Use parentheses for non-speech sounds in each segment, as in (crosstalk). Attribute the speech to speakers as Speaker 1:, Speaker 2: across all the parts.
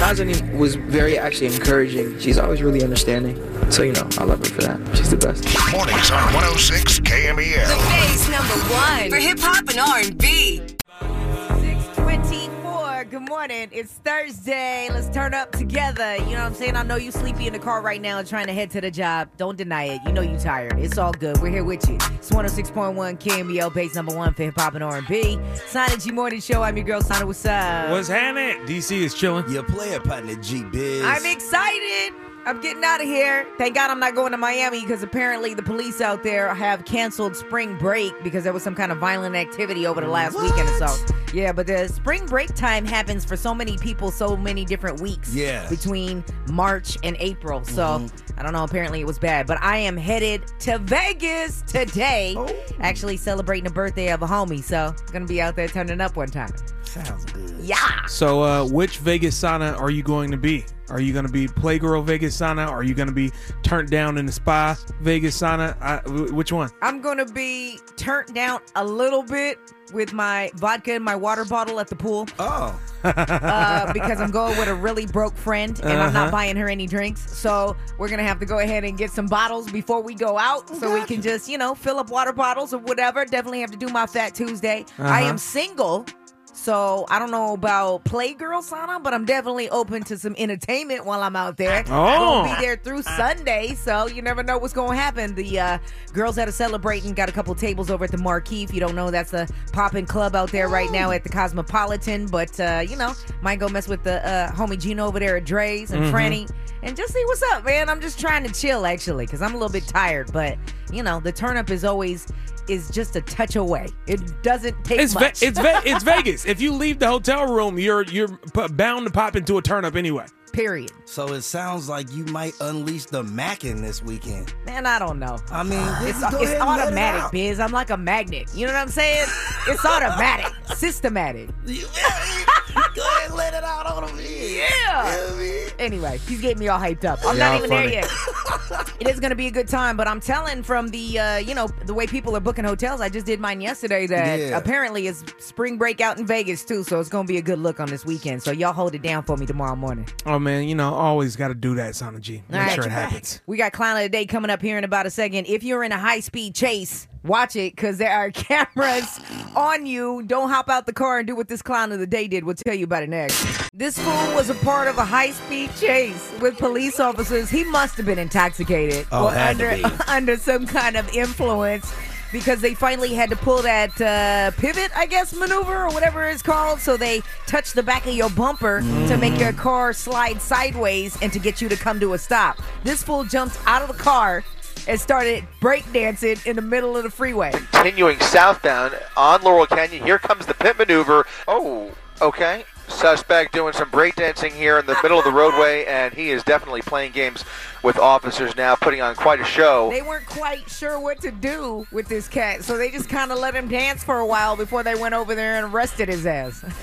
Speaker 1: Nazanin was very actually encouraging. She's always really understanding. So, you know, I love her for that. She's the best.
Speaker 2: Mornings on 106 KMEL.
Speaker 3: Phase number one for hip hop and R&B.
Speaker 4: 624. Good morning. It's Thursday. Let's turn up together. You know what I'm saying? I know you sleepy in the car right now trying to head to the job. Don't deny it. You know you tired. It's all good. We're here with you. It's 106.1 KMBO, base number one for hip hop and R&B. Sana G Morning Show. I'm your girl, Sana. What's up?
Speaker 5: What's happening? DC is chilling.
Speaker 6: Your player partner G Biz.
Speaker 4: I'm excited. I'm getting out of here. Thank God I'm not going to Miami because apparently the police out there have canceled spring break because there was some kind of violent activity over the last weekend or so. Yeah, but the spring break time happens for so many people, so many different weeks.
Speaker 6: Yes.
Speaker 4: Between March and April. So I don't know. Apparently it was bad. But I am headed to Vegas today. Actually celebrating the birthday of a homie. So going to be out there turning up one time.
Speaker 6: Sounds good.
Speaker 4: Yeah.
Speaker 5: So, uh, which Vegas sauna are you going to be? Are you going to be Playgirl Vegas sauna? Are you going to be turned down in the spa Vegas sauna? I, wh- which one?
Speaker 4: I'm gonna be turned down a little bit with my vodka and my water bottle at the pool
Speaker 6: Oh,
Speaker 4: uh, because I'm going with a really broke friend and I'm not buying her any drinks. So we're gonna have to go ahead and get some bottles before we go out so we can just you know fill up water bottles or whatever. Definitely have to do my Fat Tuesday. I am single. So I don't know about Playgirl sauna, but I'm definitely open to some entertainment while I'm out there.
Speaker 5: Oh.
Speaker 4: I'm gonna be there through Sunday, so you never know what's gonna happen. The uh, girls that are celebrating got a couple tables over at the Marquee. If you don't know, that's a poppin' club out there right now at the Cosmopolitan. But uh, you know, might go mess with the uh, homie Gino over there at Dre's
Speaker 5: Mm-hmm.
Speaker 4: and Franny, and just see what's up, man. I'm just trying to chill actually, cause I'm a little bit tired. But you know, the turn up is always is just a touch away. It doesn't take
Speaker 5: It's ve-
Speaker 4: much.
Speaker 5: it's ve- it's Vegas. If you leave the hotel room, you're you're p- bound to pop into a turn up anyway.
Speaker 4: Period.
Speaker 6: so it sounds like you might unleash the Mackin this weekend.
Speaker 4: Man, I don't know.
Speaker 6: I mean,
Speaker 4: Ah, It's,
Speaker 6: go ahead
Speaker 4: it's
Speaker 6: and let it
Speaker 4: automatic,
Speaker 6: out.
Speaker 4: biz. I'm like a magnet. You know what I'm saying? It's
Speaker 6: (laughs)
Speaker 4: automatic, systematic.
Speaker 6: You- go ahead and let it out on him.
Speaker 4: (laughs) Yeah.
Speaker 6: You know what I mean?
Speaker 4: Anyway, he's getting me all hyped up. I'm
Speaker 5: Y'all
Speaker 4: not even
Speaker 5: funny.
Speaker 4: there yet. it is going to be a good time, but I'm telling from the uh, you know the way people are booking hotels. I just did mine yesterday. That
Speaker 6: Yeah.
Speaker 4: apparently is spring break out in Vegas too, so it's going to be a good look on this weekend. So y'all hold it down for me tomorrow morning.
Speaker 5: Oh man, you know, always got to do that, Sana G. Make
Speaker 4: All right.
Speaker 5: sure it happens.
Speaker 4: We got clown of the day coming up here in about a second. If you're in a high speed chase, watch it because there are (laughs) cameras on you. Don't hop out the car and do what this clown of the day did. We'll tell you about it next. This fool was a part of a high speed chase with police officers. He must have been intoxicated
Speaker 6: Oh,
Speaker 4: or
Speaker 6: had to
Speaker 4: under
Speaker 6: be.
Speaker 4: (laughs) under some kind of influence. Because they finally had to pull that uh, pivot, I guess, maneuver or whatever it's called. So they touch the back of your bumper to make your car slide sideways and to get you to come to a stop. This fool jumped out of the car and started breakdancing in the middle of the freeway.
Speaker 7: continuing southbound on Laurel Canyon. Here comes the pit maneuver. Oh, okay. Suspect doing some breakdancing here in the middle of the roadway, and he is definitely playing games with officers now, putting on quite a show.
Speaker 4: They weren't quite sure what to do with this cat, so they just kind of let him dance for a while before they went over there and arrested his ass. (laughs)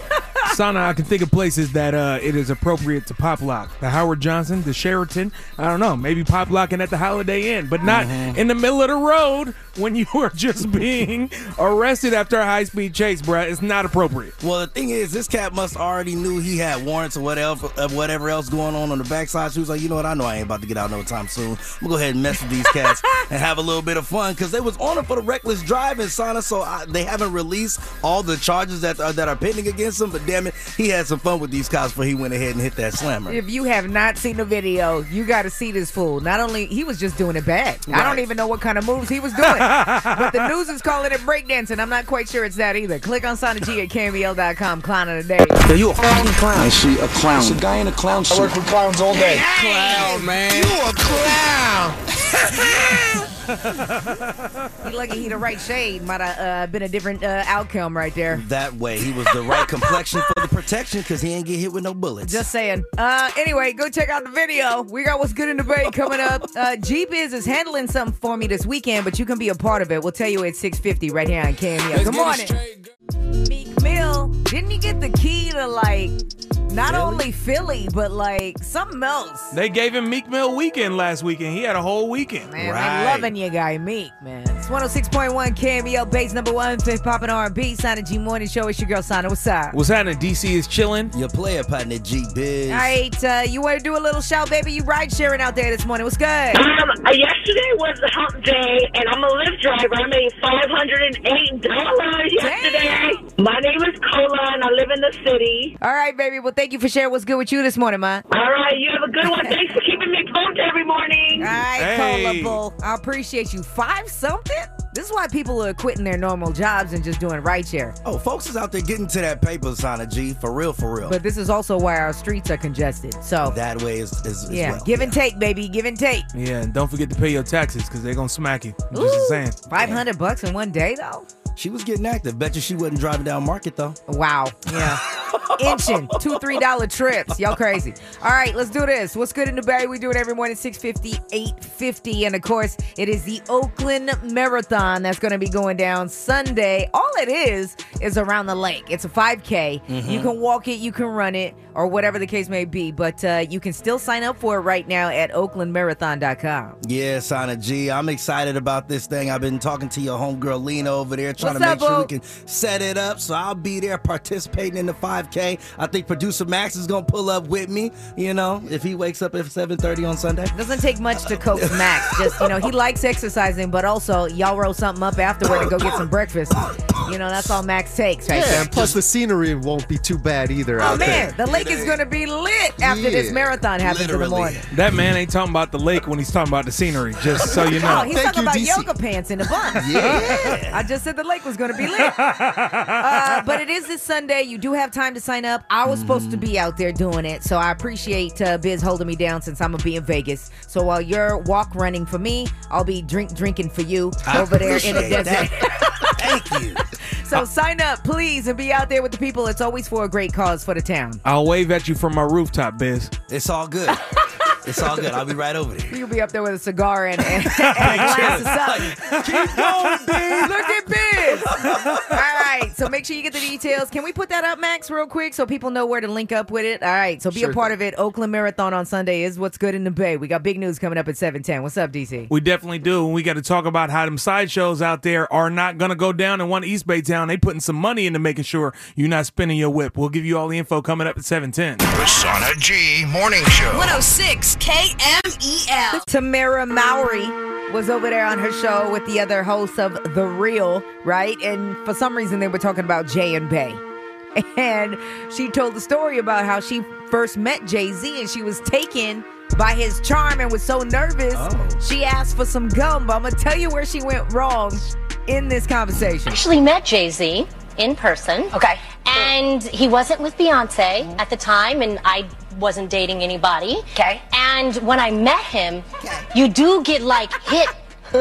Speaker 5: Sana, I can think of places that uh, it is appropriate to pop lock. The Howard Johnson, the Sheraton. I don't know, maybe pop locking at the Holiday Inn, but not in the middle of the road when you are just being arrested after a high speed chase, bruh. It's not appropriate.
Speaker 6: Well, the thing is, this cat must already knew he had warrants or whatever, uh, whatever else going on on the backside. She was like, you know what? I know I ain't about to get out no time soon. I'm gonna go ahead and mess with these
Speaker 8: (laughs)
Speaker 6: cats and have a little bit of fun because they was on it for the reckless driving, Sana. So I, they haven't released all the charges that are, that are pending against him. But damn it, he had some fun with these cops before he went ahead and hit that slammer.
Speaker 4: If you have not seen the video, you got to see this fool. Not only he was just doing it bad. I don't
Speaker 6: Right.
Speaker 4: even know what kind of moves he was doing. but the news is calling it breakdancing. I'm not quite sure it's that either. Click on Sana G at KMBL.com. Clown of the day.
Speaker 8: you a fucking clown. I see a clown. It's a guy in a clown suit. I work with clowns all day.
Speaker 6: Clown, man. You a clown.
Speaker 4: He lucky he the right shade. Might have uh, been a different uh, outcome right there.
Speaker 6: That way, he was the right complexion for the protection because he ain't get hit with no bullets.
Speaker 4: Just saying. Uh, anyway, go check out the video. We got what's good in the bay coming up. Uh, G Biz is handling something for me this weekend, but you can be a part of it. We'll tell you at 650 right here on E KML. Good morning. Meek Mill, didn't he get the key to like Not only Philly, but like something else.
Speaker 5: They gave him Meek Mill weekend last weekend. He had a whole weekend.
Speaker 4: Man,
Speaker 6: Right.
Speaker 4: I'm loving you, guy Meek, man. It's 106.1 KBO base E number one, fifth poppin' R&B, Sana G Morning Show. It's your girl, Sana. What's up?
Speaker 5: What's happening? DC is chilling.
Speaker 6: Your player partner, G Biz.
Speaker 4: All right, uh, you want to do a little shout, baby? You ride sharing out there this morning. What's good?
Speaker 9: Um, uh, yesterday was a hump day, and I'm a Lyft driver. I made five hundred and eight dollars yesterday. My name is Cola, and I live in the city.
Speaker 4: All right, baby. Well, thank you for sharing what's good with you this morning, ma.
Speaker 9: All right, you have a good one. Thanks for keeping me pumped every morning.
Speaker 4: All right,
Speaker 5: Hey.
Speaker 4: hey. I appreciate you. Five something? This is why people are quitting their normal jobs and just doing ride share.
Speaker 6: Oh, folks is out there getting to that paper, Sana G. For real, for real.
Speaker 4: But this is also why our streets are congested. So,
Speaker 6: that way is, is, is
Speaker 4: yeah,
Speaker 6: well.
Speaker 4: give and take, baby. Give and take.
Speaker 5: Yeah, and don't forget to pay your taxes because they're gonna smack you. I'm just saying.
Speaker 4: 500 bucks in one day, though?
Speaker 6: She was getting active. Bet you she wasn't driving down market though.
Speaker 4: Wow. Yeah. Inching. Two, three dollar trips. Y'all crazy. All right, let's do this. What's good in the Bay? We do it every morning, 650, 850. And of course, it is the Oakland Marathon that's gonna be going down Sunday. All it is is around the lake. It's a 5K. You can walk it, you can run it, or whatever the case may be. But uh, you can still sign up for it right now at oaklandmarathon.com.
Speaker 6: Yeah, Sana G, I'm excited about this thing. I've been talking to your homegirl Lena over there, trying
Speaker 4: What's
Speaker 6: to
Speaker 4: up,
Speaker 6: make sure we
Speaker 4: boo?
Speaker 6: can set it up. So I'll be there participating in the 5K. I think producer Max is gonna pull up with me. You know, if he wakes up at 7:30 on Sunday.
Speaker 4: Doesn't take much to coax Max. Just you know, he likes exercising, but also y'all roll something up afterward to go get some breakfast. You know, that's all Max takes, right? there.
Speaker 10: And plus, the scenery won't be too bad either.
Speaker 4: Oh
Speaker 10: out there.
Speaker 4: man, the lake is gonna be lit after this
Speaker 10: Yeah,
Speaker 4: marathon happens in the
Speaker 6: literally.
Speaker 4: morning.
Speaker 5: That man ain't talking about the lake when he's talking about the scenery. Just so you
Speaker 4: Oh,
Speaker 5: know.
Speaker 4: he's
Speaker 10: Thank
Speaker 4: talking
Speaker 10: you,
Speaker 4: about
Speaker 10: DC.
Speaker 4: yoga pants and the
Speaker 6: (laughs)
Speaker 4: buns.
Speaker 10: Yeah.
Speaker 4: I just said the lake was going to be lit. uh, but it is this Sunday. You do have time to sign up. I was supposed to be out there doing it, so I appreciate uh, Biz holding me down since I'm going to be in Vegas. So while you're walk running for me, I'll be drink drinking for you over there in the
Speaker 6: Appreciate
Speaker 4: desert. (laughs)
Speaker 6: that. Thank you.
Speaker 4: So sign up, please, and be out there with the people. It's always for a great cause for the town.
Speaker 5: I'll wave at you from my rooftop, Biz.
Speaker 6: It's all good.
Speaker 4: (laughs)
Speaker 6: It's all good. I'll be right over there.
Speaker 4: You'll be up there with a cigar and,
Speaker 6: (laughs)
Speaker 4: and, and glass of something.
Speaker 6: Keep going, B.
Speaker 4: Look at Biz. All right. So make sure you get the details. Can we put that up, Max, real quick so people know where to link up with it? All right. So be a
Speaker 10: Sure
Speaker 4: part of it. Oakland Marathon on Sunday is what's good in the Bay. We got big news coming up at 710. What's up, DC?
Speaker 5: We definitely do. And we got to talk about how them sideshows out there are not going to go down in one East Bay town. They putting some money into making sure you're not spinning your whip. We'll give you all the info coming up at 710.
Speaker 2: The Sana G Morning Show.
Speaker 3: 106 KMEL.
Speaker 4: Tamara Mowry was over there on her show with the other hosts of The Real, right? And for some reason, they were talking about Jay and Bay. (laughs) And she told the story about how she first met Jay Z and she was taken by his charm and was so nervous.
Speaker 6: Oh.
Speaker 4: She asked for some gum, but I'm going to tell you where she went wrong in this conversation.
Speaker 11: actually met Jay Z in person.
Speaker 3: Okay.
Speaker 11: And he wasn't with Beyonce at the time, and I wasn't dating anybody.
Speaker 3: Okay.
Speaker 11: And when I met him, you do get like hit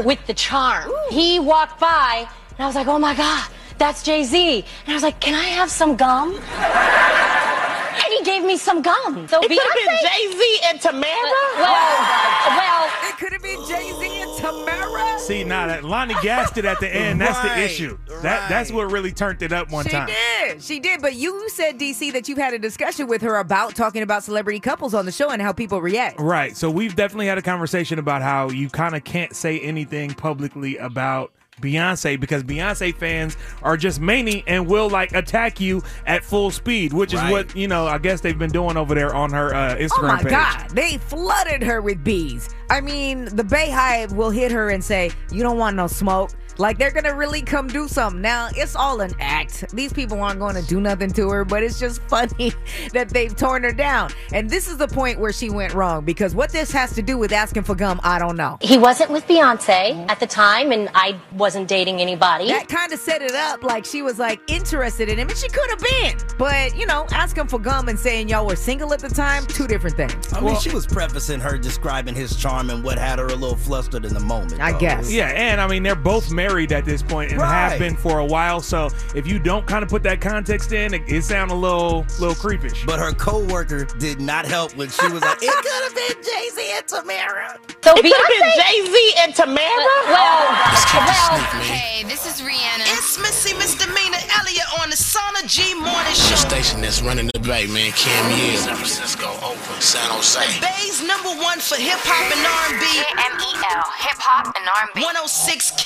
Speaker 11: with the charm. He walked by, and I was like, oh my God, that's Jay Z. And I was like, can I have some gum? and he gave me some gum. So Beyonce.
Speaker 9: Jay Z and Tamara.
Speaker 11: well, well,
Speaker 4: It could have been Jay Z and Tamara.
Speaker 5: See, now that Lonnie gassed it at the end. That's
Speaker 6: Right,
Speaker 5: the issue. That That's
Speaker 6: right.
Speaker 5: what really turned it up one
Speaker 4: She
Speaker 5: time.
Speaker 4: did. She did. But you said, DC, that you've had a discussion with her about talking about celebrity couples on the show and how people react.
Speaker 5: Right. So we've definitely had a conversation about how you kind of can't say anything publicly about Beyonce because Beyonce fans are just many and will like attack you at full speed, which is
Speaker 6: Right.
Speaker 5: what you know. I guess they've been doing over there on her uh, Instagram
Speaker 4: Oh my
Speaker 5: page.
Speaker 4: God. They flooded her with bees. I mean, the Bay Hive will hit her and say, You don't want no smoke. Like, they're going to really come do something. Now, it's all an act. These people aren't going to do nothing to her, but it's just (laughs) funny that they've torn her down. And this is the point where she went wrong because what this has to do with asking for gum, I don't know.
Speaker 11: he wasn't with Beyonce at the time, and I wasn't dating anybody.
Speaker 4: That kind of set it up like she was like interested in him, and she could have been. But, you know, asking for gum and saying y'all were single at the time, two different things.
Speaker 6: I mean, she was prefacing her describing his charm and what had her a little flustered in the moment.
Speaker 4: I
Speaker 6: though.
Speaker 4: guess.
Speaker 5: Yeah, and I mean they're both married at this point and have
Speaker 6: Right.
Speaker 5: been for a while. So if you don't kind of put that context in, it, it sound a little, little creepish.
Speaker 6: But her coworker did not help when she was like, "It could have been Jay Z and Tamara."
Speaker 11: So
Speaker 9: It could have
Speaker 11: Beyonce.
Speaker 9: been Jay Z and Tamara.
Speaker 11: well, well,
Speaker 3: Hey, this is Rihanna.
Speaker 9: It's Missy Misdemeanor Elliot.
Speaker 3: earlier on the Sauna G Morning Show.
Speaker 12: station that's running the bank, man. Cam Years, San Francisco, Oakland, San Jose.
Speaker 3: Bay's number one for hip hop and oh R&B. K-M-E-L, E hip hop and R&B. 106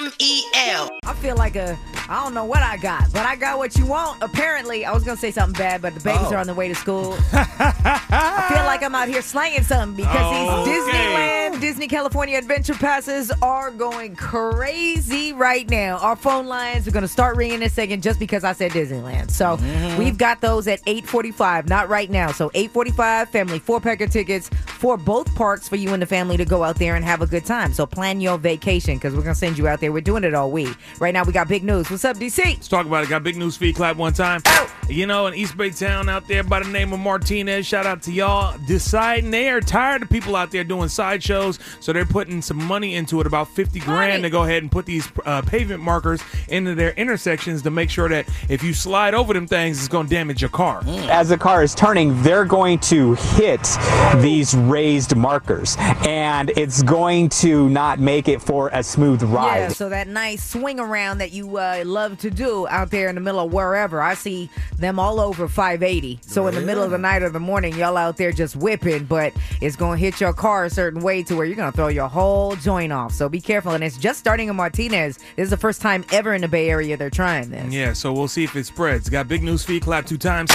Speaker 3: K-M-E-L.
Speaker 4: I feel like a I don't know what I got, but I got what you want. Apparently, I was gonna say something bad, but the babies
Speaker 3: Oh.
Speaker 4: are on the way to school. I feel like I'm out here slanging something because these Disneyland, Disney California Adventure passes are going crazy right now. Our phone lines are gonna start ringing in a second just because I said Disneyland. So we've got those at 8:45, not right now. So 8:45, family four packer tickets for both parks for you and the family to go out there and have a good time. So plan your vacation because we're gonna send you out there. We're doing it all week. Right now, we got big news. What's up, DC?
Speaker 5: Let's talk about it. Got big news for you. Clap one time. You know, in East Bay Town out there by the name of Martinez, shout out to y'all. Deciding they are tired of people out there doing sideshows, so they're putting some money into it, about 50 grand, to go ahead and put these uh, pavement markers into their intersections to make sure that if you slide over them things, it's going to damage your car.
Speaker 13: As the car is turning, they're going to hit these raised markers, and it's going to not make it for a smooth
Speaker 4: Yeah,
Speaker 13: ride.
Speaker 4: so that nice swing around that you uh, love to do out there in the middle of wherever. I see them all over 580. So in the middle of the night or the morning, y'all out there just whipping, but it's going to hit your car a certain way to where you're going to throw your whole joint off. So be careful. And it's just starting in Martinez. This is the first time ever in the Bay Area they're trying this.
Speaker 5: Yeah, so we'll see if it spreads. Got big news for you. Clap two times.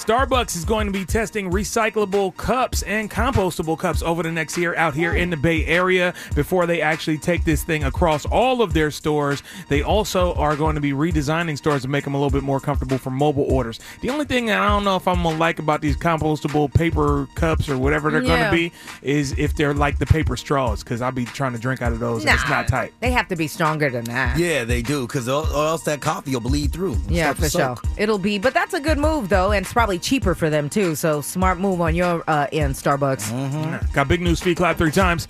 Speaker 5: Starbucks is going to be testing recyclable cups and compostable cups over the next year out here in the Bay Area before they actually take this thing across all of their stores. They also are going to be redesigning stores to make them a little bit more comfortable for mobile orders. The only thing that I don't know if I'm going to like about these compostable paper cups or whatever they're
Speaker 4: Yeah.
Speaker 5: going to be is if they're like the paper straws because I'll be trying to drink out of those and it's
Speaker 4: Nah.
Speaker 5: not tight.
Speaker 4: They have to be stronger than that.
Speaker 6: Yeah, they do, because or or else that coffee will bleed through. It's
Speaker 4: Yeah,
Speaker 6: like
Speaker 4: for
Speaker 6: a
Speaker 4: sure.
Speaker 6: soak.
Speaker 4: It'll be, but that's a good move though, and it's probably cheaper for them too. So smart move on your uh, end, Starbucks.
Speaker 5: Got big news. Feet clap three times.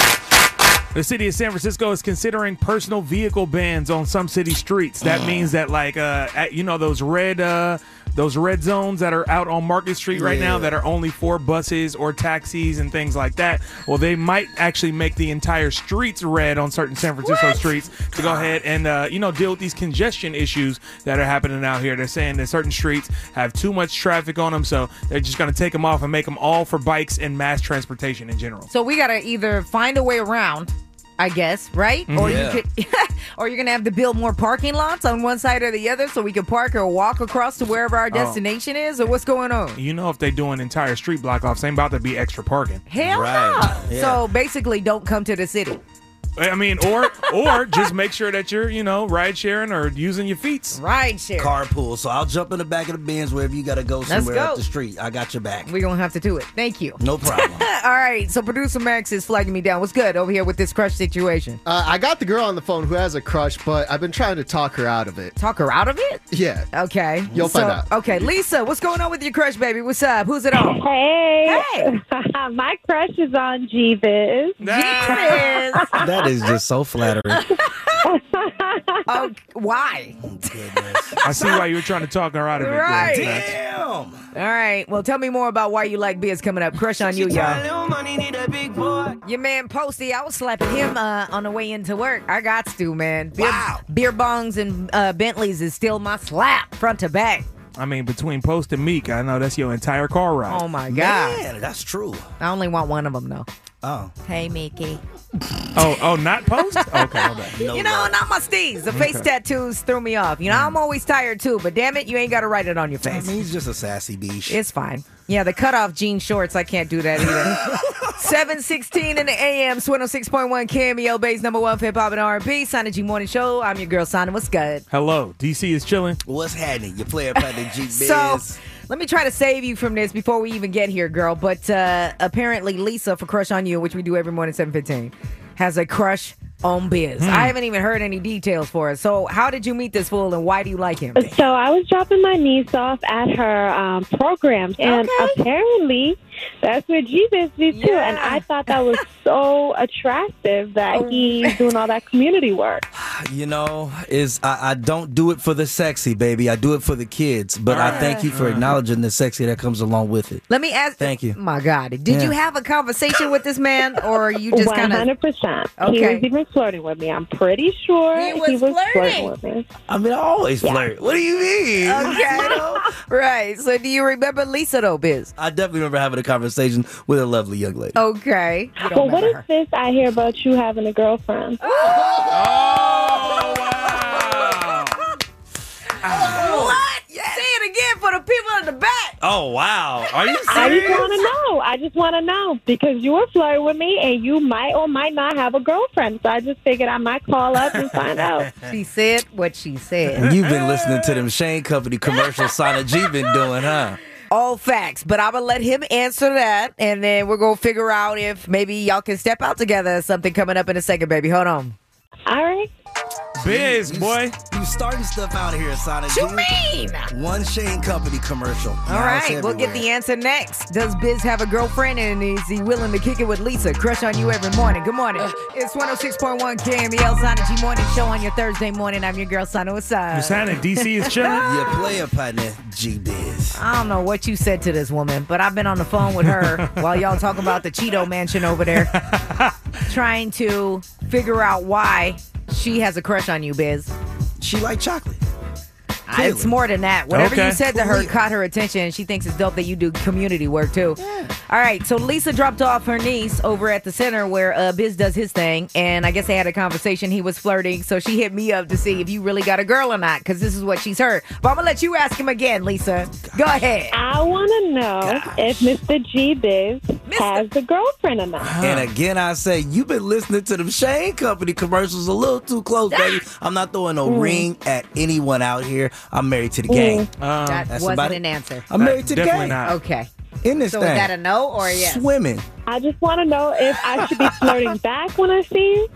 Speaker 5: The city of San Francisco is considering personal vehicle bans on some city streets. That means that, like, uh, at, you know, those red, uh, those red zones that are out on Market Street right now
Speaker 14: Yeah.
Speaker 5: that are only for buses or taxis and things like that. Well, they might actually make the entire streets red on certain San Francisco streets to go ahead and, uh, you know, deal with these congestion issues that are happening out here. They're saying that certain streets have too much traffic on them, so they're just going to take them off and make them all for bikes and mass transportation in general.
Speaker 4: So we gotta either find a way around, I guess, right?
Speaker 5: Mhm.
Speaker 4: Or
Speaker 10: Mm-hmm.
Speaker 5: Yeah.
Speaker 4: you could, (laughs) or you're gonna have to build more parking lots on one side or the other, so we can park or walk across to wherever our
Speaker 5: Oh.
Speaker 4: destination is, or what's going on.
Speaker 5: You know, if they do an entire street block off, ain't about to be extra parking.
Speaker 4: Hell no! So basically, don't come to the city.
Speaker 5: I mean, or or just make sure that you're, you know, ride sharing or using your feet.
Speaker 4: Ride share.
Speaker 6: Carpool. So I'll jump in the back of the Benz wherever you got to go
Speaker 4: Let's
Speaker 6: somewhere
Speaker 4: go.
Speaker 6: up the street. I got your back.
Speaker 4: We're gonna have to do it. Thank you.
Speaker 6: No problem.
Speaker 4: (laughs) All right. So producer Max is flagging me down. What's good over here with this crush situation?
Speaker 10: Uh, I got the girl on the phone who has a crush, but I've been trying to talk her out of it.
Speaker 4: Talk her out of
Speaker 10: (laughs)
Speaker 4: it?
Speaker 10: Yeah.
Speaker 4: Okay.
Speaker 10: You'll
Speaker 4: So-
Speaker 10: find out.
Speaker 4: Okay, Lisa, what's going on with your crush, baby? What's up? Who's it on?
Speaker 15: Hey. My crush is on Jeebus.
Speaker 4: Jeebus.
Speaker 6: That is just so flattering. (laughs)
Speaker 4: oh, why?
Speaker 5: I see why you were trying to talk her out of it.
Speaker 4: Right.
Speaker 5: Max.
Speaker 4: All right. Well, tell me more about why you like Biz coming up. Crush on you, y'all. Your man Posty, I was slapping him uh, on the way into work. I got to, man. Beer, beer bongs and uh, Bentleys is still my slap, front to back.
Speaker 5: I mean, between Post and Meek, I know that's your entire car ride.
Speaker 4: Oh, my God.
Speaker 6: Man, that's true.
Speaker 4: I only want one of them, though.
Speaker 6: Oh.
Speaker 4: Hey, Mickey.
Speaker 5: Oh, oh, not Post? Okay, my bad.
Speaker 4: you know, not my steez. The face
Speaker 5: Okay.
Speaker 4: tattoos threw me off. You know, I'm always tired too, but damn it, you ain't got to write it on your
Speaker 6: I
Speaker 4: face.
Speaker 6: mean, he's just a sassy beach.
Speaker 4: It's fine. Yeah, the cutoff jean shorts, I can't do that either. 716 in the AM, 106.1 Cameo Bay's number one for hip hop and R&B, Sana G Morning Show. I'm your girl, Sana. What's good?
Speaker 5: Hello, DC is chilling.
Speaker 6: What's happening? You play about the G Biz.
Speaker 4: (laughs) So let me try to save you from this before we even get here, girl. But uh, apparently Lisa for Crush on You, which we do every morning at 715, has a crush on Biz.
Speaker 15: Hmm.
Speaker 4: I haven't even heard any details for it. So how did you meet this fool and why do you like him?
Speaker 15: So I was dropping my niece off at her um, program, and apparently That's what Jesus did too, and
Speaker 4: um,
Speaker 15: I thought that was so attractive that he's doing all that community work.
Speaker 6: You know, is I, I don't do it for the sexy, baby. I do it for the kids. But I thank you for acknowledging the sexy that comes along with it.
Speaker 4: Let me ask.
Speaker 6: Thank you.
Speaker 4: My God, did you
Speaker 6: Yeah.
Speaker 4: have a conversation with this man, or are you just kind of?
Speaker 15: 100%. He
Speaker 4: Okay.
Speaker 15: was even flirting with me. I'm pretty sure he was, flirting. with me.
Speaker 6: I mean, I always flirt. What do you mean?
Speaker 4: Okay. (laughs) right. So, do you remember Lisa though, Biz?
Speaker 6: I definitely remember having a conversation with a lovely young lady.
Speaker 4: Okay.
Speaker 15: Well, what is this I hear about you having a girlfriend?
Speaker 6: Oh,
Speaker 4: What? Say it again for the people in the back.
Speaker 6: Oh wow! Are you
Speaker 15: I just
Speaker 6: serious?
Speaker 15: want to know. Oh, I just want to know because you were flirting with me, and you might or might not have a girlfriend. So I just figured I might call up and find out.
Speaker 4: She said what she said.
Speaker 6: You've been listening to them Shane Company commercials Sana G been doing, huh?
Speaker 4: All facts, but I'm gonna let him answer that, and then we're gonna figure out if maybe y'all can step out together. or Something coming up in a second, baby. Hold on.
Speaker 15: All right.
Speaker 6: Biz, boy. You starting stuff out here, Sana G. You mean? One Shane Company commercial.
Speaker 4: All right, we'll get the answer next. Does Biz have a girlfriend, and is he willing to kick it with Lisa? Crush on you every morning. Good morning. It's 106.1 KMEL Sana G Morning Show on your Thursday morning. I'm your girl Sana Wasai. (laughs)
Speaker 6: Your player partner, G Biz.
Speaker 4: I don't know what you said to this woman, but I've been on the phone with her while y'all talking about the Cheeto Mansion over there, trying to figure out why she has a crush on you, Biz.
Speaker 6: She like chocolate.
Speaker 4: It's more than that. Whatever
Speaker 6: Okay.
Speaker 4: you said to her
Speaker 6: Clearly.
Speaker 4: caught her attention, and she thinks it's dope that you do community work too. All right, so Lisa dropped off her niece over at the center where uh, Biz does his thing, and I guess they had a conversation. He was flirting, so she hit me up to see if you really got a girl or not, because this is what she's heard. But I'm gonna let you ask him again, Lisa. Go ahead.
Speaker 15: I want to know if Mr. G Biz has a girlfriend or not.
Speaker 4: Ah.
Speaker 6: And again, I say you've been listening to them Shane Company commercials a little too close, baby. I'm not throwing no
Speaker 4: Ah. Mm.
Speaker 6: ring at anyone out here. I'm married to the
Speaker 4: Mm.
Speaker 6: game.
Speaker 5: Um,
Speaker 4: that
Speaker 6: That's
Speaker 4: wasn't
Speaker 6: about it.
Speaker 4: an answer.
Speaker 6: I'm married to the game.
Speaker 4: Okay.
Speaker 6: In this
Speaker 4: so
Speaker 6: thing.
Speaker 4: is that a no or a yes?
Speaker 6: Swimming.
Speaker 15: I just want to know if I should be flirting back when I see you,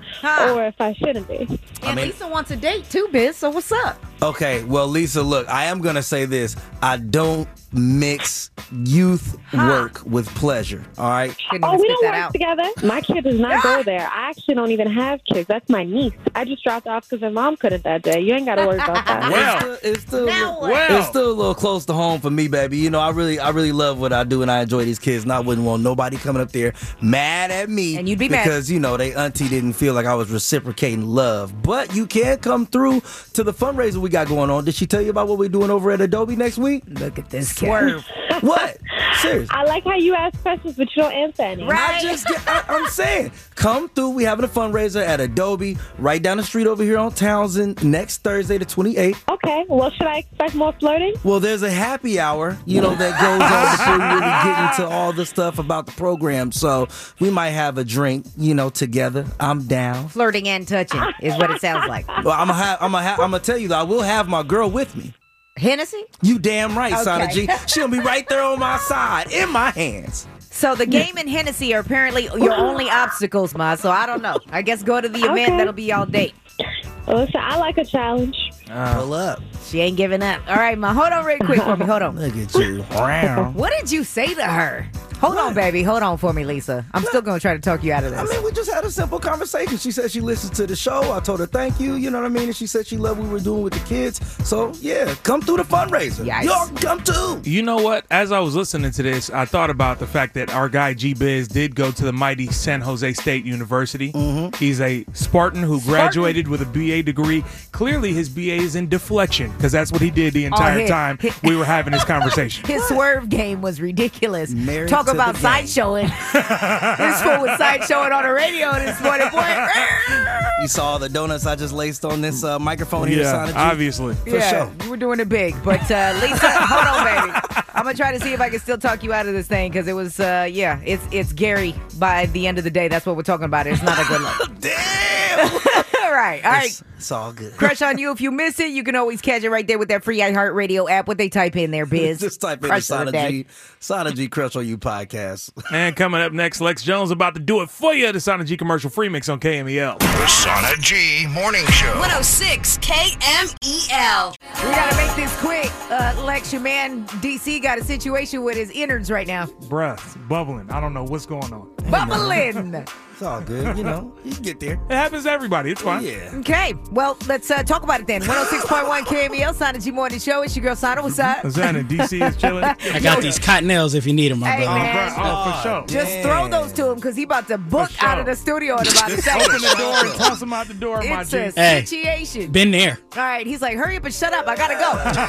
Speaker 15: or if I shouldn't be.
Speaker 6: I mean,
Speaker 4: Lisa wants a date too, Biz. So what's up?
Speaker 6: okay. Well, Lisa, look, I am gonna say this. I don't mix youth work with pleasure. All right.
Speaker 15: Oh, we don't work together. My kid does not go there. I actually don't even have kids. That's my niece. I just dropped off because her mom couldn't that day. You ain't got to worry about that.
Speaker 6: Well, it's still, It's still a little close to home for me, baby. You know, I really, I really love what I do, and I enjoy these kids. And I wouldn't want nobody coming up there mad at me, and you'd
Speaker 4: be mad.
Speaker 6: because you know they auntie didn't feel like I was reciprocating love. But you can come through to the fundraiser we got going on. Did she tell you about what we're doing over at Adobe next week?
Speaker 4: Look at this
Speaker 15: kid.
Speaker 6: swerve. (laughs) what? Serious?
Speaker 15: I like how you ask questions, but you don't answer any.
Speaker 6: I just get, I, I'm saying, come through. We having a fundraiser at Adobe right down the street over here on Townsend next Thursday the 28th.
Speaker 15: Okay. Well, should I expect more flirting?
Speaker 6: Well, there's a happy hour, you know, that goes on before we really get into all the stuff about the program. So we might have a drink, you know, together. I'm down.
Speaker 4: Flirting and touching is what it sounds like.
Speaker 6: Well, I'm gonna have, I'm gonna have, I'm gonna tell you though, I will have my girl with me.
Speaker 4: Hennessy?
Speaker 6: You damn right, Sana
Speaker 4: Okay.
Speaker 6: G. She'll be right there on my side, in my hands.
Speaker 4: So the game and Hennessy are apparently your only obstacles, Ma. So I don't know. I guess go to the event.
Speaker 15: Okay.
Speaker 4: That'll be y'all date.
Speaker 15: Listen, I like a challenge.
Speaker 5: Uh-huh.
Speaker 6: Pull up.
Speaker 4: She ain't giving up. All right, Ma. Hold on, real quick for me. Hold on.
Speaker 6: (laughs) Look
Speaker 5: (laughs)
Speaker 6: at you. Wow.
Speaker 4: What did you say to her? Hold on, baby. Hold on for me, Lisa. I'm still gonna try to talk you out of
Speaker 6: I
Speaker 4: this.
Speaker 6: mean, we just had a simple conversation. She said she listened to the show. I told her thank you. You know what I mean? And she said she loved what we were doing with the kids. So yeah, come through the fundraiser. Y'all come too.
Speaker 5: You know what? As I was listening to this, I thought about the fact that our guy G Biz did go to the mighty San Jose State University. He's a Spartan who graduated with a BA degree. Clearly, his BA is in deflection because that's what he did the
Speaker 4: All
Speaker 5: entire
Speaker 4: hit.
Speaker 5: time we were having this conversation.
Speaker 4: His (laughs) swerve game was ridiculous. Talk
Speaker 5: to the
Speaker 4: about
Speaker 5: game. (laughs)
Speaker 4: sideshowing. this fool was sideshowing on the radio this morning. Boy,
Speaker 5: (laughs)
Speaker 6: You saw all the donuts I just laced on this uh, microphone here,
Speaker 5: Yeah,
Speaker 6: Sana G?
Speaker 5: obviously.
Speaker 6: For
Speaker 4: yeah,
Speaker 6: sure.
Speaker 4: you were doing it big. But uh, (laughs) Lisa, hold on, baby. I'm gonna try to see if I can still talk you out of this thing because it was, uh, yeah, it's it's Gary. By the end of the day, that's what we're talking about. It's not a good look. Damn. right, (laughs) all right.
Speaker 6: It's, it's all good.
Speaker 4: Crush on you. If you miss it, you can always catch it right there with that free iHeartRadio app. What they type in there, (laughs) Biz?
Speaker 6: (laughs) Just type in
Speaker 4: Crush of
Speaker 6: the
Speaker 4: the
Speaker 6: Sada
Speaker 4: day.
Speaker 6: G, Sada G Crush on You podcast. (laughs)
Speaker 5: And coming up next, Lex Jones about to do it for you. The Sonic G commercial free mix on E KMEL. The
Speaker 2: Sonic G Morning Show.
Speaker 3: 106 E KMEL.
Speaker 4: We gotta make this quick. Uh, Lex, your man DC got a situation with his innards right now.
Speaker 5: Bruh, bubbling. I don't know what's going on.
Speaker 4: (laughs) Bubbling.
Speaker 6: It's all good, you know. You can get there.
Speaker 5: It happens to everybody. It's fine.
Speaker 6: Yeah.
Speaker 4: Okay, well, let's uh, talk about it (laughs) then. 106.1 KMEL, E Sana G Morning Show. It's your girl, Sana. What's up?
Speaker 5: Zana, DC is chilling.
Speaker 14: I got these cottontails if you need them, my
Speaker 4: Hey,
Speaker 14: brother.
Speaker 4: man.
Speaker 5: Oh, for sure.
Speaker 4: Just throw those to him because he about to book out of the studio in
Speaker 5: (laughs)
Speaker 4: about
Speaker 5: Just
Speaker 4: seconds.
Speaker 5: open the door and toss them out the door, my
Speaker 4: It's
Speaker 5: G.
Speaker 4: a
Speaker 14: Hey,
Speaker 4: situation.
Speaker 14: been there.
Speaker 4: All right, he's like, hurry up and shut up. I gotta go.
Speaker 14: (laughs)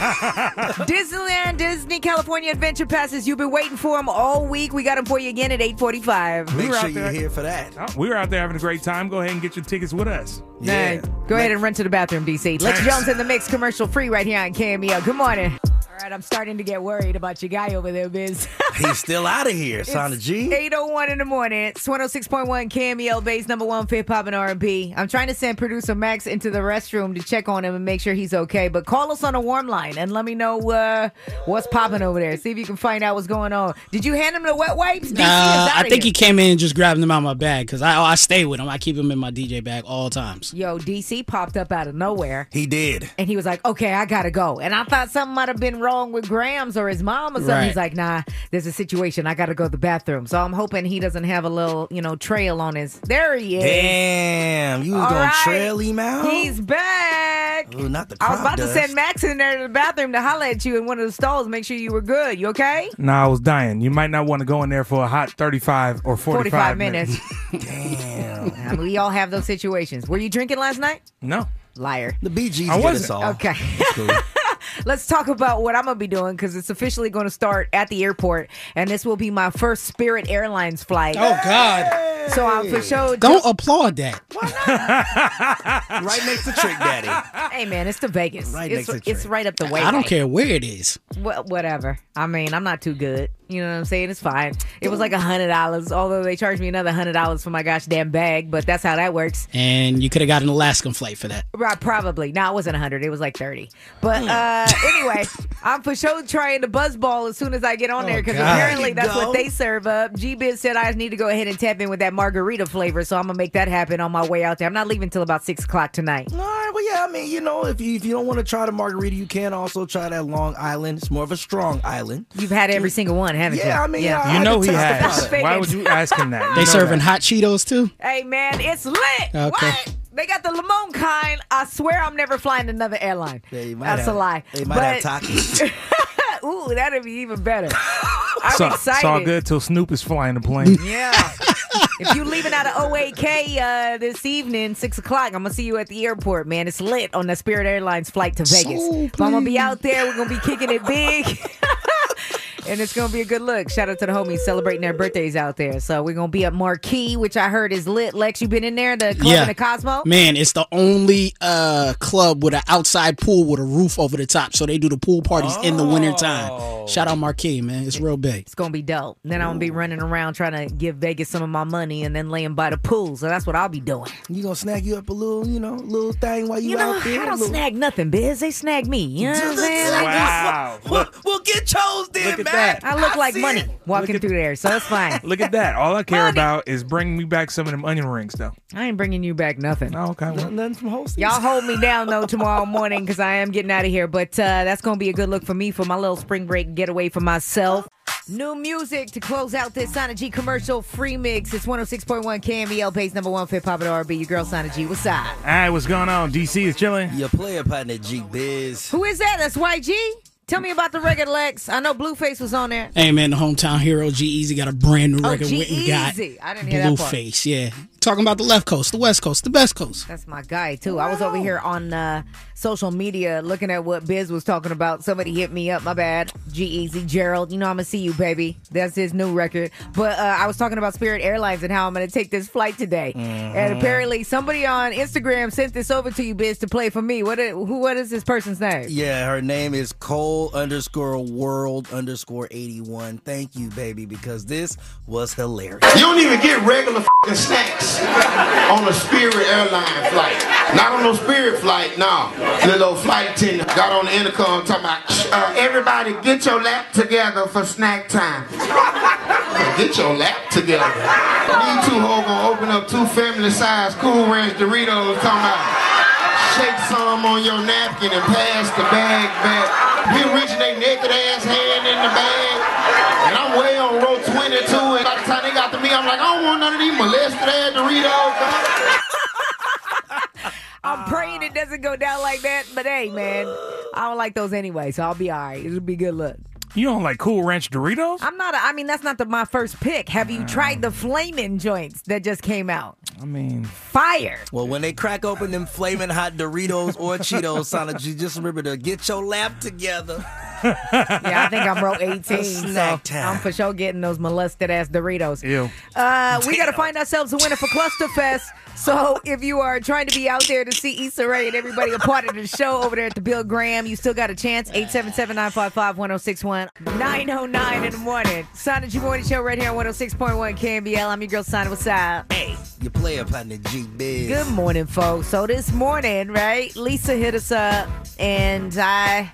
Speaker 4: Disneyland, Disney California Adventure Passes. You've been waiting for them all week. We got them for you again at 8:45.
Speaker 5: We were out there-
Speaker 6: for that.
Speaker 5: Oh, we were out there having a great time. Go ahead and get your tickets with us.
Speaker 4: All right, go ahead and run to the bathroom, DC. Lex
Speaker 5: Thanks.
Speaker 4: Jones in the mix, commercial free, right here on KMEO. Good morning. All right, I'm starting to get worried about your guy over there, Biz. (laughs)
Speaker 6: He's still out of here, Sana
Speaker 4: It's
Speaker 6: G.
Speaker 4: 801 in the morning. It's 106.1 KMEL base number one for hip hop and R&B. I'm trying to send producer Max into the restroom to check on him and make sure he's okay. But call us on a warm line and let me know uh, what's popping over there. See if you can find out what's going on. Did you hand him the wet wipes? DC is
Speaker 14: Uh, I
Speaker 4: outta
Speaker 14: think
Speaker 4: here.
Speaker 14: he came in and just grabbed them out of my bag because I I stay with them. I keep them in my DJ bag all times.
Speaker 4: Yo, DC popped up out of nowhere.
Speaker 6: He did.
Speaker 4: And he was like, okay, I gotta go. And I thought something might have been wrong with Grams or his mom or something.
Speaker 14: Right.
Speaker 4: He's like, nah, there's a situation. I gotta go to the bathroom. So I'm hoping he doesn't have a little, you know, trail on his. There he is.
Speaker 6: Damn, you was
Speaker 4: All
Speaker 6: gonna
Speaker 4: right.
Speaker 6: trail him out?
Speaker 4: He's back.
Speaker 6: Ooh, not the
Speaker 4: I was
Speaker 6: crop
Speaker 4: about
Speaker 6: Oh, dust.
Speaker 4: to send Max in there to the bathroom to holler at you in one of the stalls, make sure you were good. You okay?
Speaker 5: Nah, I was dying. You might not want to go in there for a hot 35 or 45,
Speaker 4: 45
Speaker 5: minutes.
Speaker 4: minutes. Damn. we all have those situations. Were you drinking last night?
Speaker 5: No.
Speaker 4: Liar.
Speaker 6: The BGs
Speaker 5: I
Speaker 6: did
Speaker 5: wasn't.
Speaker 6: us all.
Speaker 4: Okay. (laughs) Let's talk about what I'm gonna be doing because it's officially going to start at the airport, and this will be my first Spirit Airlines flight.
Speaker 14: Oh, God.
Speaker 4: So I'm for sure.
Speaker 14: Don't applaud that.
Speaker 6: right next to Trick Daddy.
Speaker 4: Hey man, it's to Vegas.
Speaker 14: Right
Speaker 4: it's,
Speaker 14: next to
Speaker 4: it's right up the way.
Speaker 14: I don't
Speaker 4: way.
Speaker 14: care where it is.
Speaker 4: Wha- whatever. I mean, I'm not too good. You know what I'm saying? It's fine. It was like a hundred dollars, although they charged me another hundred dollars for my gosh damn bag. But that's how that works.
Speaker 14: And you could have got an Alaskan flight for that.
Speaker 4: Right, probably. No, it wasn't 100. It was like 30. But
Speaker 14: Hmm.
Speaker 4: uh, anyway, I'm for sure trying to buzz ball as soon as I get on there because
Speaker 14: Oh, God.
Speaker 4: apparently
Speaker 14: You
Speaker 4: that's
Speaker 14: go.
Speaker 4: what they serve up. G Biz said I need to go ahead and tap in with that margarita flavor, so I'm going to make that happen on my way out there. I'm not leaving till about 6 o'clock tonight.
Speaker 6: All right, well, yeah, I mean, you know, if you, if you don't want to try the margarita, you can also try that Long Island. It's more of a strong island.
Speaker 4: You've had every single one, haven't you?
Speaker 6: Yeah, I mean, I-
Speaker 5: You
Speaker 6: I
Speaker 5: know
Speaker 6: can
Speaker 5: he
Speaker 6: test the
Speaker 5: has.
Speaker 6: product.
Speaker 5: Why would you ask him that? You
Speaker 14: They
Speaker 5: know
Speaker 14: serving
Speaker 5: that.
Speaker 14: hot Cheetos too.
Speaker 4: Hey, man, it's lit.
Speaker 14: Okay.
Speaker 4: What? They got the Limon kind. I swear I'm never flying another airline. That's a lie.
Speaker 6: They might
Speaker 4: but,
Speaker 6: have Takis.
Speaker 4: (laughs) Ooh, that'd be even
Speaker 6: (laughs)
Speaker 4: better. I'm
Speaker 5: It's all-
Speaker 4: excited.
Speaker 5: It's all good till Snoop is flying the plane.
Speaker 4: Yeah. if you leaving out of OAK uh, this evening, six o'clock, I'm gonna see you at the airport, man. It's lit on the Spirit Airlines flight to Vegas. But I'm gonna be out there. We're gonna be kicking it big. (laughs) And it's gonna be a good look. Shout out to the homies celebrating their birthdays out there. So we're gonna be at Marquee, which I heard is lit. Lex, you been in there, the club in the Cosmo?
Speaker 14: Man, it's the only uh club with an outside pool with a roof over the top. So they do the pool parties in the
Speaker 6: Oh.
Speaker 14: wintertime. Shout out Marquee, man. It's real big.
Speaker 4: It's gonna be dope. Then I'm gonna be running around trying to give Vegas some of my money and then laying by the pool. So that's what I'll be doing.
Speaker 6: You gonna snag you up a little, you know, little thing while you,
Speaker 4: You know,
Speaker 6: out there.
Speaker 4: I
Speaker 6: a
Speaker 4: don't
Speaker 6: little-
Speaker 4: snag nothing, biz. They snag me. You know what I'm saying? Like,
Speaker 5: Wow.
Speaker 6: We'll, we'll get chose then,
Speaker 5: Look at
Speaker 6: Matt.
Speaker 5: that.
Speaker 4: I look like
Speaker 6: see
Speaker 4: money
Speaker 6: it.
Speaker 4: walking through there, so it's
Speaker 6: (laughs)
Speaker 4: fine.
Speaker 5: Look at that. All I care about is bring me back some of them onion rings, though.
Speaker 4: I ain't bringing you back nothing.
Speaker 5: Oh, okay. well,
Speaker 6: Nothing from hosting.
Speaker 4: Y'all hold me down though tomorrow morning because I am getting out of here. But uh, that's gonna be a good look for me for my little spring break getaway for myself. New music to close out this Sana G commercial free mix. It's 106.1 KMBL E pace number one fit pop and RB. Your girl Sana G. What's up?
Speaker 5: All right, what's going on? DC is chilling.
Speaker 6: Your player partner, G Biz.
Speaker 4: Who is that? That's YG. Tell me about the record, Lex. I know Blueface was on there.
Speaker 14: Hey man, the hometown hero G Easy got a brand new
Speaker 4: Oh,
Speaker 14: record. Went and got
Speaker 4: G-Eazy. I didn't hear that part.
Speaker 14: Blueface, yeah. Talking about the left coast, the west coast, the best coast.
Speaker 4: That's my guy too. I was over here on uh, social media looking at what Biz was talking about. Somebody hit me up. My bad. G Easy Gerald. You know I'm gonna see you, baby. That's his new record. But uh, I was talking about Spirit Airlines and how I'm gonna take this flight today.
Speaker 14: Mm-hmm.
Speaker 4: And apparently somebody on Instagram sent this over to you, biz, to play for me. What? i- Who? What is this person's name?
Speaker 6: Yeah, her name is Cole underscore world underscore 81. Thank you, baby, because this was hilarious.
Speaker 16: You don't even get regular fing snacks on a Spirit airline flight. Not on no Spirit flight, no. Little old flight attendant got on the intercom talking about, "Shh, uh, everybody get your lap together for snack time. (laughs) Get your lap together. Me two ho gonna open up two family size Cool Ranch Doritos talking about shake some on your napkin and pass the bag back. We reaching they naked ass hand in the bag. And I'm way on row 22 and by the time they got to me, I'm like, I don't want none of these molested ass Doritos.
Speaker 4: I'm praying it doesn't go down like that. But hey, man, I don't like those anyway, so I'll be all right. It'll be good luck.
Speaker 5: You don't like Cool Ranch Doritos?
Speaker 4: I'm not. A, I mean, that's not the, my first pick. Have you tried the flaming joints that just came out?
Speaker 5: I mean,
Speaker 4: Fire.
Speaker 6: Well, when they crack open them flaming hot Doritos or Cheetos, Sonic, you just remember to get your lap together.
Speaker 4: Yeah, I think I'm row 18.
Speaker 6: Snack
Speaker 4: so I'm for sure getting those molested ass Doritos.
Speaker 5: Ew.
Speaker 4: Uh, we got to find ourselves a winner for Clusterfest. So if you are trying to be out there to see Issa Rae and everybody a part of the show over there at the Bill Graham, you still got a chance. 877-955-1061. 909 in the morning. Sonic, your morning show right here on 106.1 KMBL. I'm your girl, Sonic. What's up? Hey.
Speaker 6: You play up on the G Biz.
Speaker 4: Good morning, folks. So this morning, right, Lisa hit us up, and I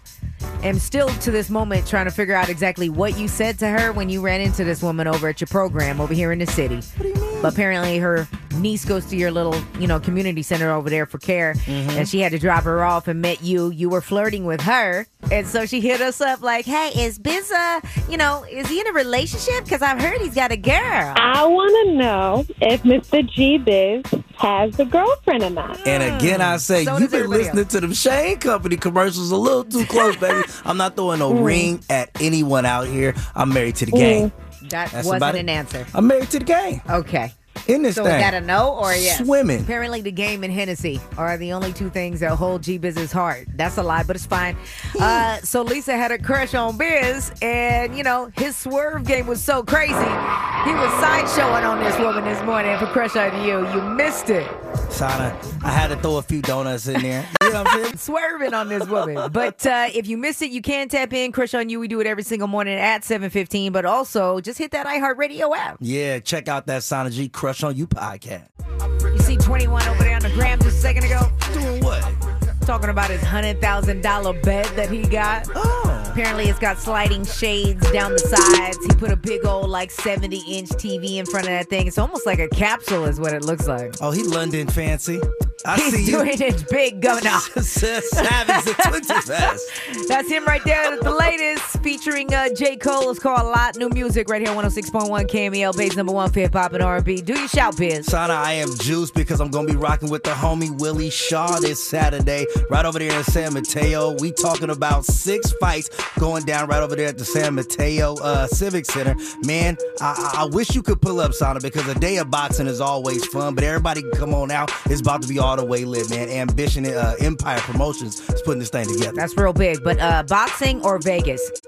Speaker 4: am still to this moment trying to figure out exactly what you said to her when you ran into this woman over at your program over here in the city. What do you mean? But apparently, her niece goes to your little, you know, community center over there for care,
Speaker 17: Mhm.
Speaker 4: and she had to drop her off and met you. You were flirting with her, and so she hit us up like, "Hey, is Biz, uh, you know, is he in a relationship? Because I've heard he's got a girl."
Speaker 15: I want to know if Mr. G Biz has a girlfriend or not.
Speaker 6: And again, I say,
Speaker 15: So
Speaker 6: you've
Speaker 15: does
Speaker 6: been
Speaker 15: everybody
Speaker 6: listening to them Shane Company commercials a little too close,
Speaker 4: (laughs)
Speaker 6: baby. I'm not throwing no
Speaker 4: Mm.
Speaker 6: ring at anyone out here. I'm married to the game.
Speaker 4: That
Speaker 6: That's about
Speaker 4: wasn't
Speaker 6: it.
Speaker 4: an answer.
Speaker 6: I'm married to the game.
Speaker 4: Okay.
Speaker 6: In this
Speaker 4: so
Speaker 6: thing.
Speaker 4: is that a no or a yes?
Speaker 6: Swimming.
Speaker 4: Apparently, the game and Hennessy are the only two things that hold G Biz's heart. That's a lie, but it's
Speaker 6: (laughs)
Speaker 4: fine. Uh, so Lisa had a crush on Biz, and you know his swerve game was so crazy. He was sideshowing on this woman this morning for crush on you. You missed it.
Speaker 6: Sana, I had to throw a few donuts in there.
Speaker 4: Swerving on this woman. But uh, if you miss it, you can tap in. Crush on you. We do it every single morning at 7:15. But also, just hit that iHeartRadio app.
Speaker 6: (laughs) Yeah, check out that Sana G Crush on You podcast.
Speaker 4: You see 21 over there on the gram just a second ago.
Speaker 6: Doing what?
Speaker 4: Talking about his $100,000 bed that he got.
Speaker 6: Oh.
Speaker 4: Apparently, it's got sliding shades down the sides. He put a big old, like, 70 inch TV in front of that thing. It's almost like a capsule, is what it looks like.
Speaker 6: Oh, he London fancy. I
Speaker 4: He's
Speaker 6: see
Speaker 4: doing
Speaker 6: (laughs) you.
Speaker 4: his big governor.
Speaker 6: Savage the
Speaker 4: (laughs)
Speaker 6: Twitter fast.
Speaker 4: That's him right there at the latest, featuring uh, J. Cole. It's called A Lot New Music right here, 106.1 KML, base E number one for hip hop and R&B. Do your shout, Biz.
Speaker 6: Sana, I am juiced because I'm gonna be rocking with the homie Willie Shaw this Saturday, right over there in San Mateo. We talking about six fights going down right over there at the San Mateo uh, Civic Center. Man, I-, I I wish you could pull up, Sana, because a day of boxing is always fun. But everybody can come on out. It's about to be all the way lit, man. Ambition uh, Empire Promotions is putting this thing together.
Speaker 4: That's real big. But uh, boxing or Vegas?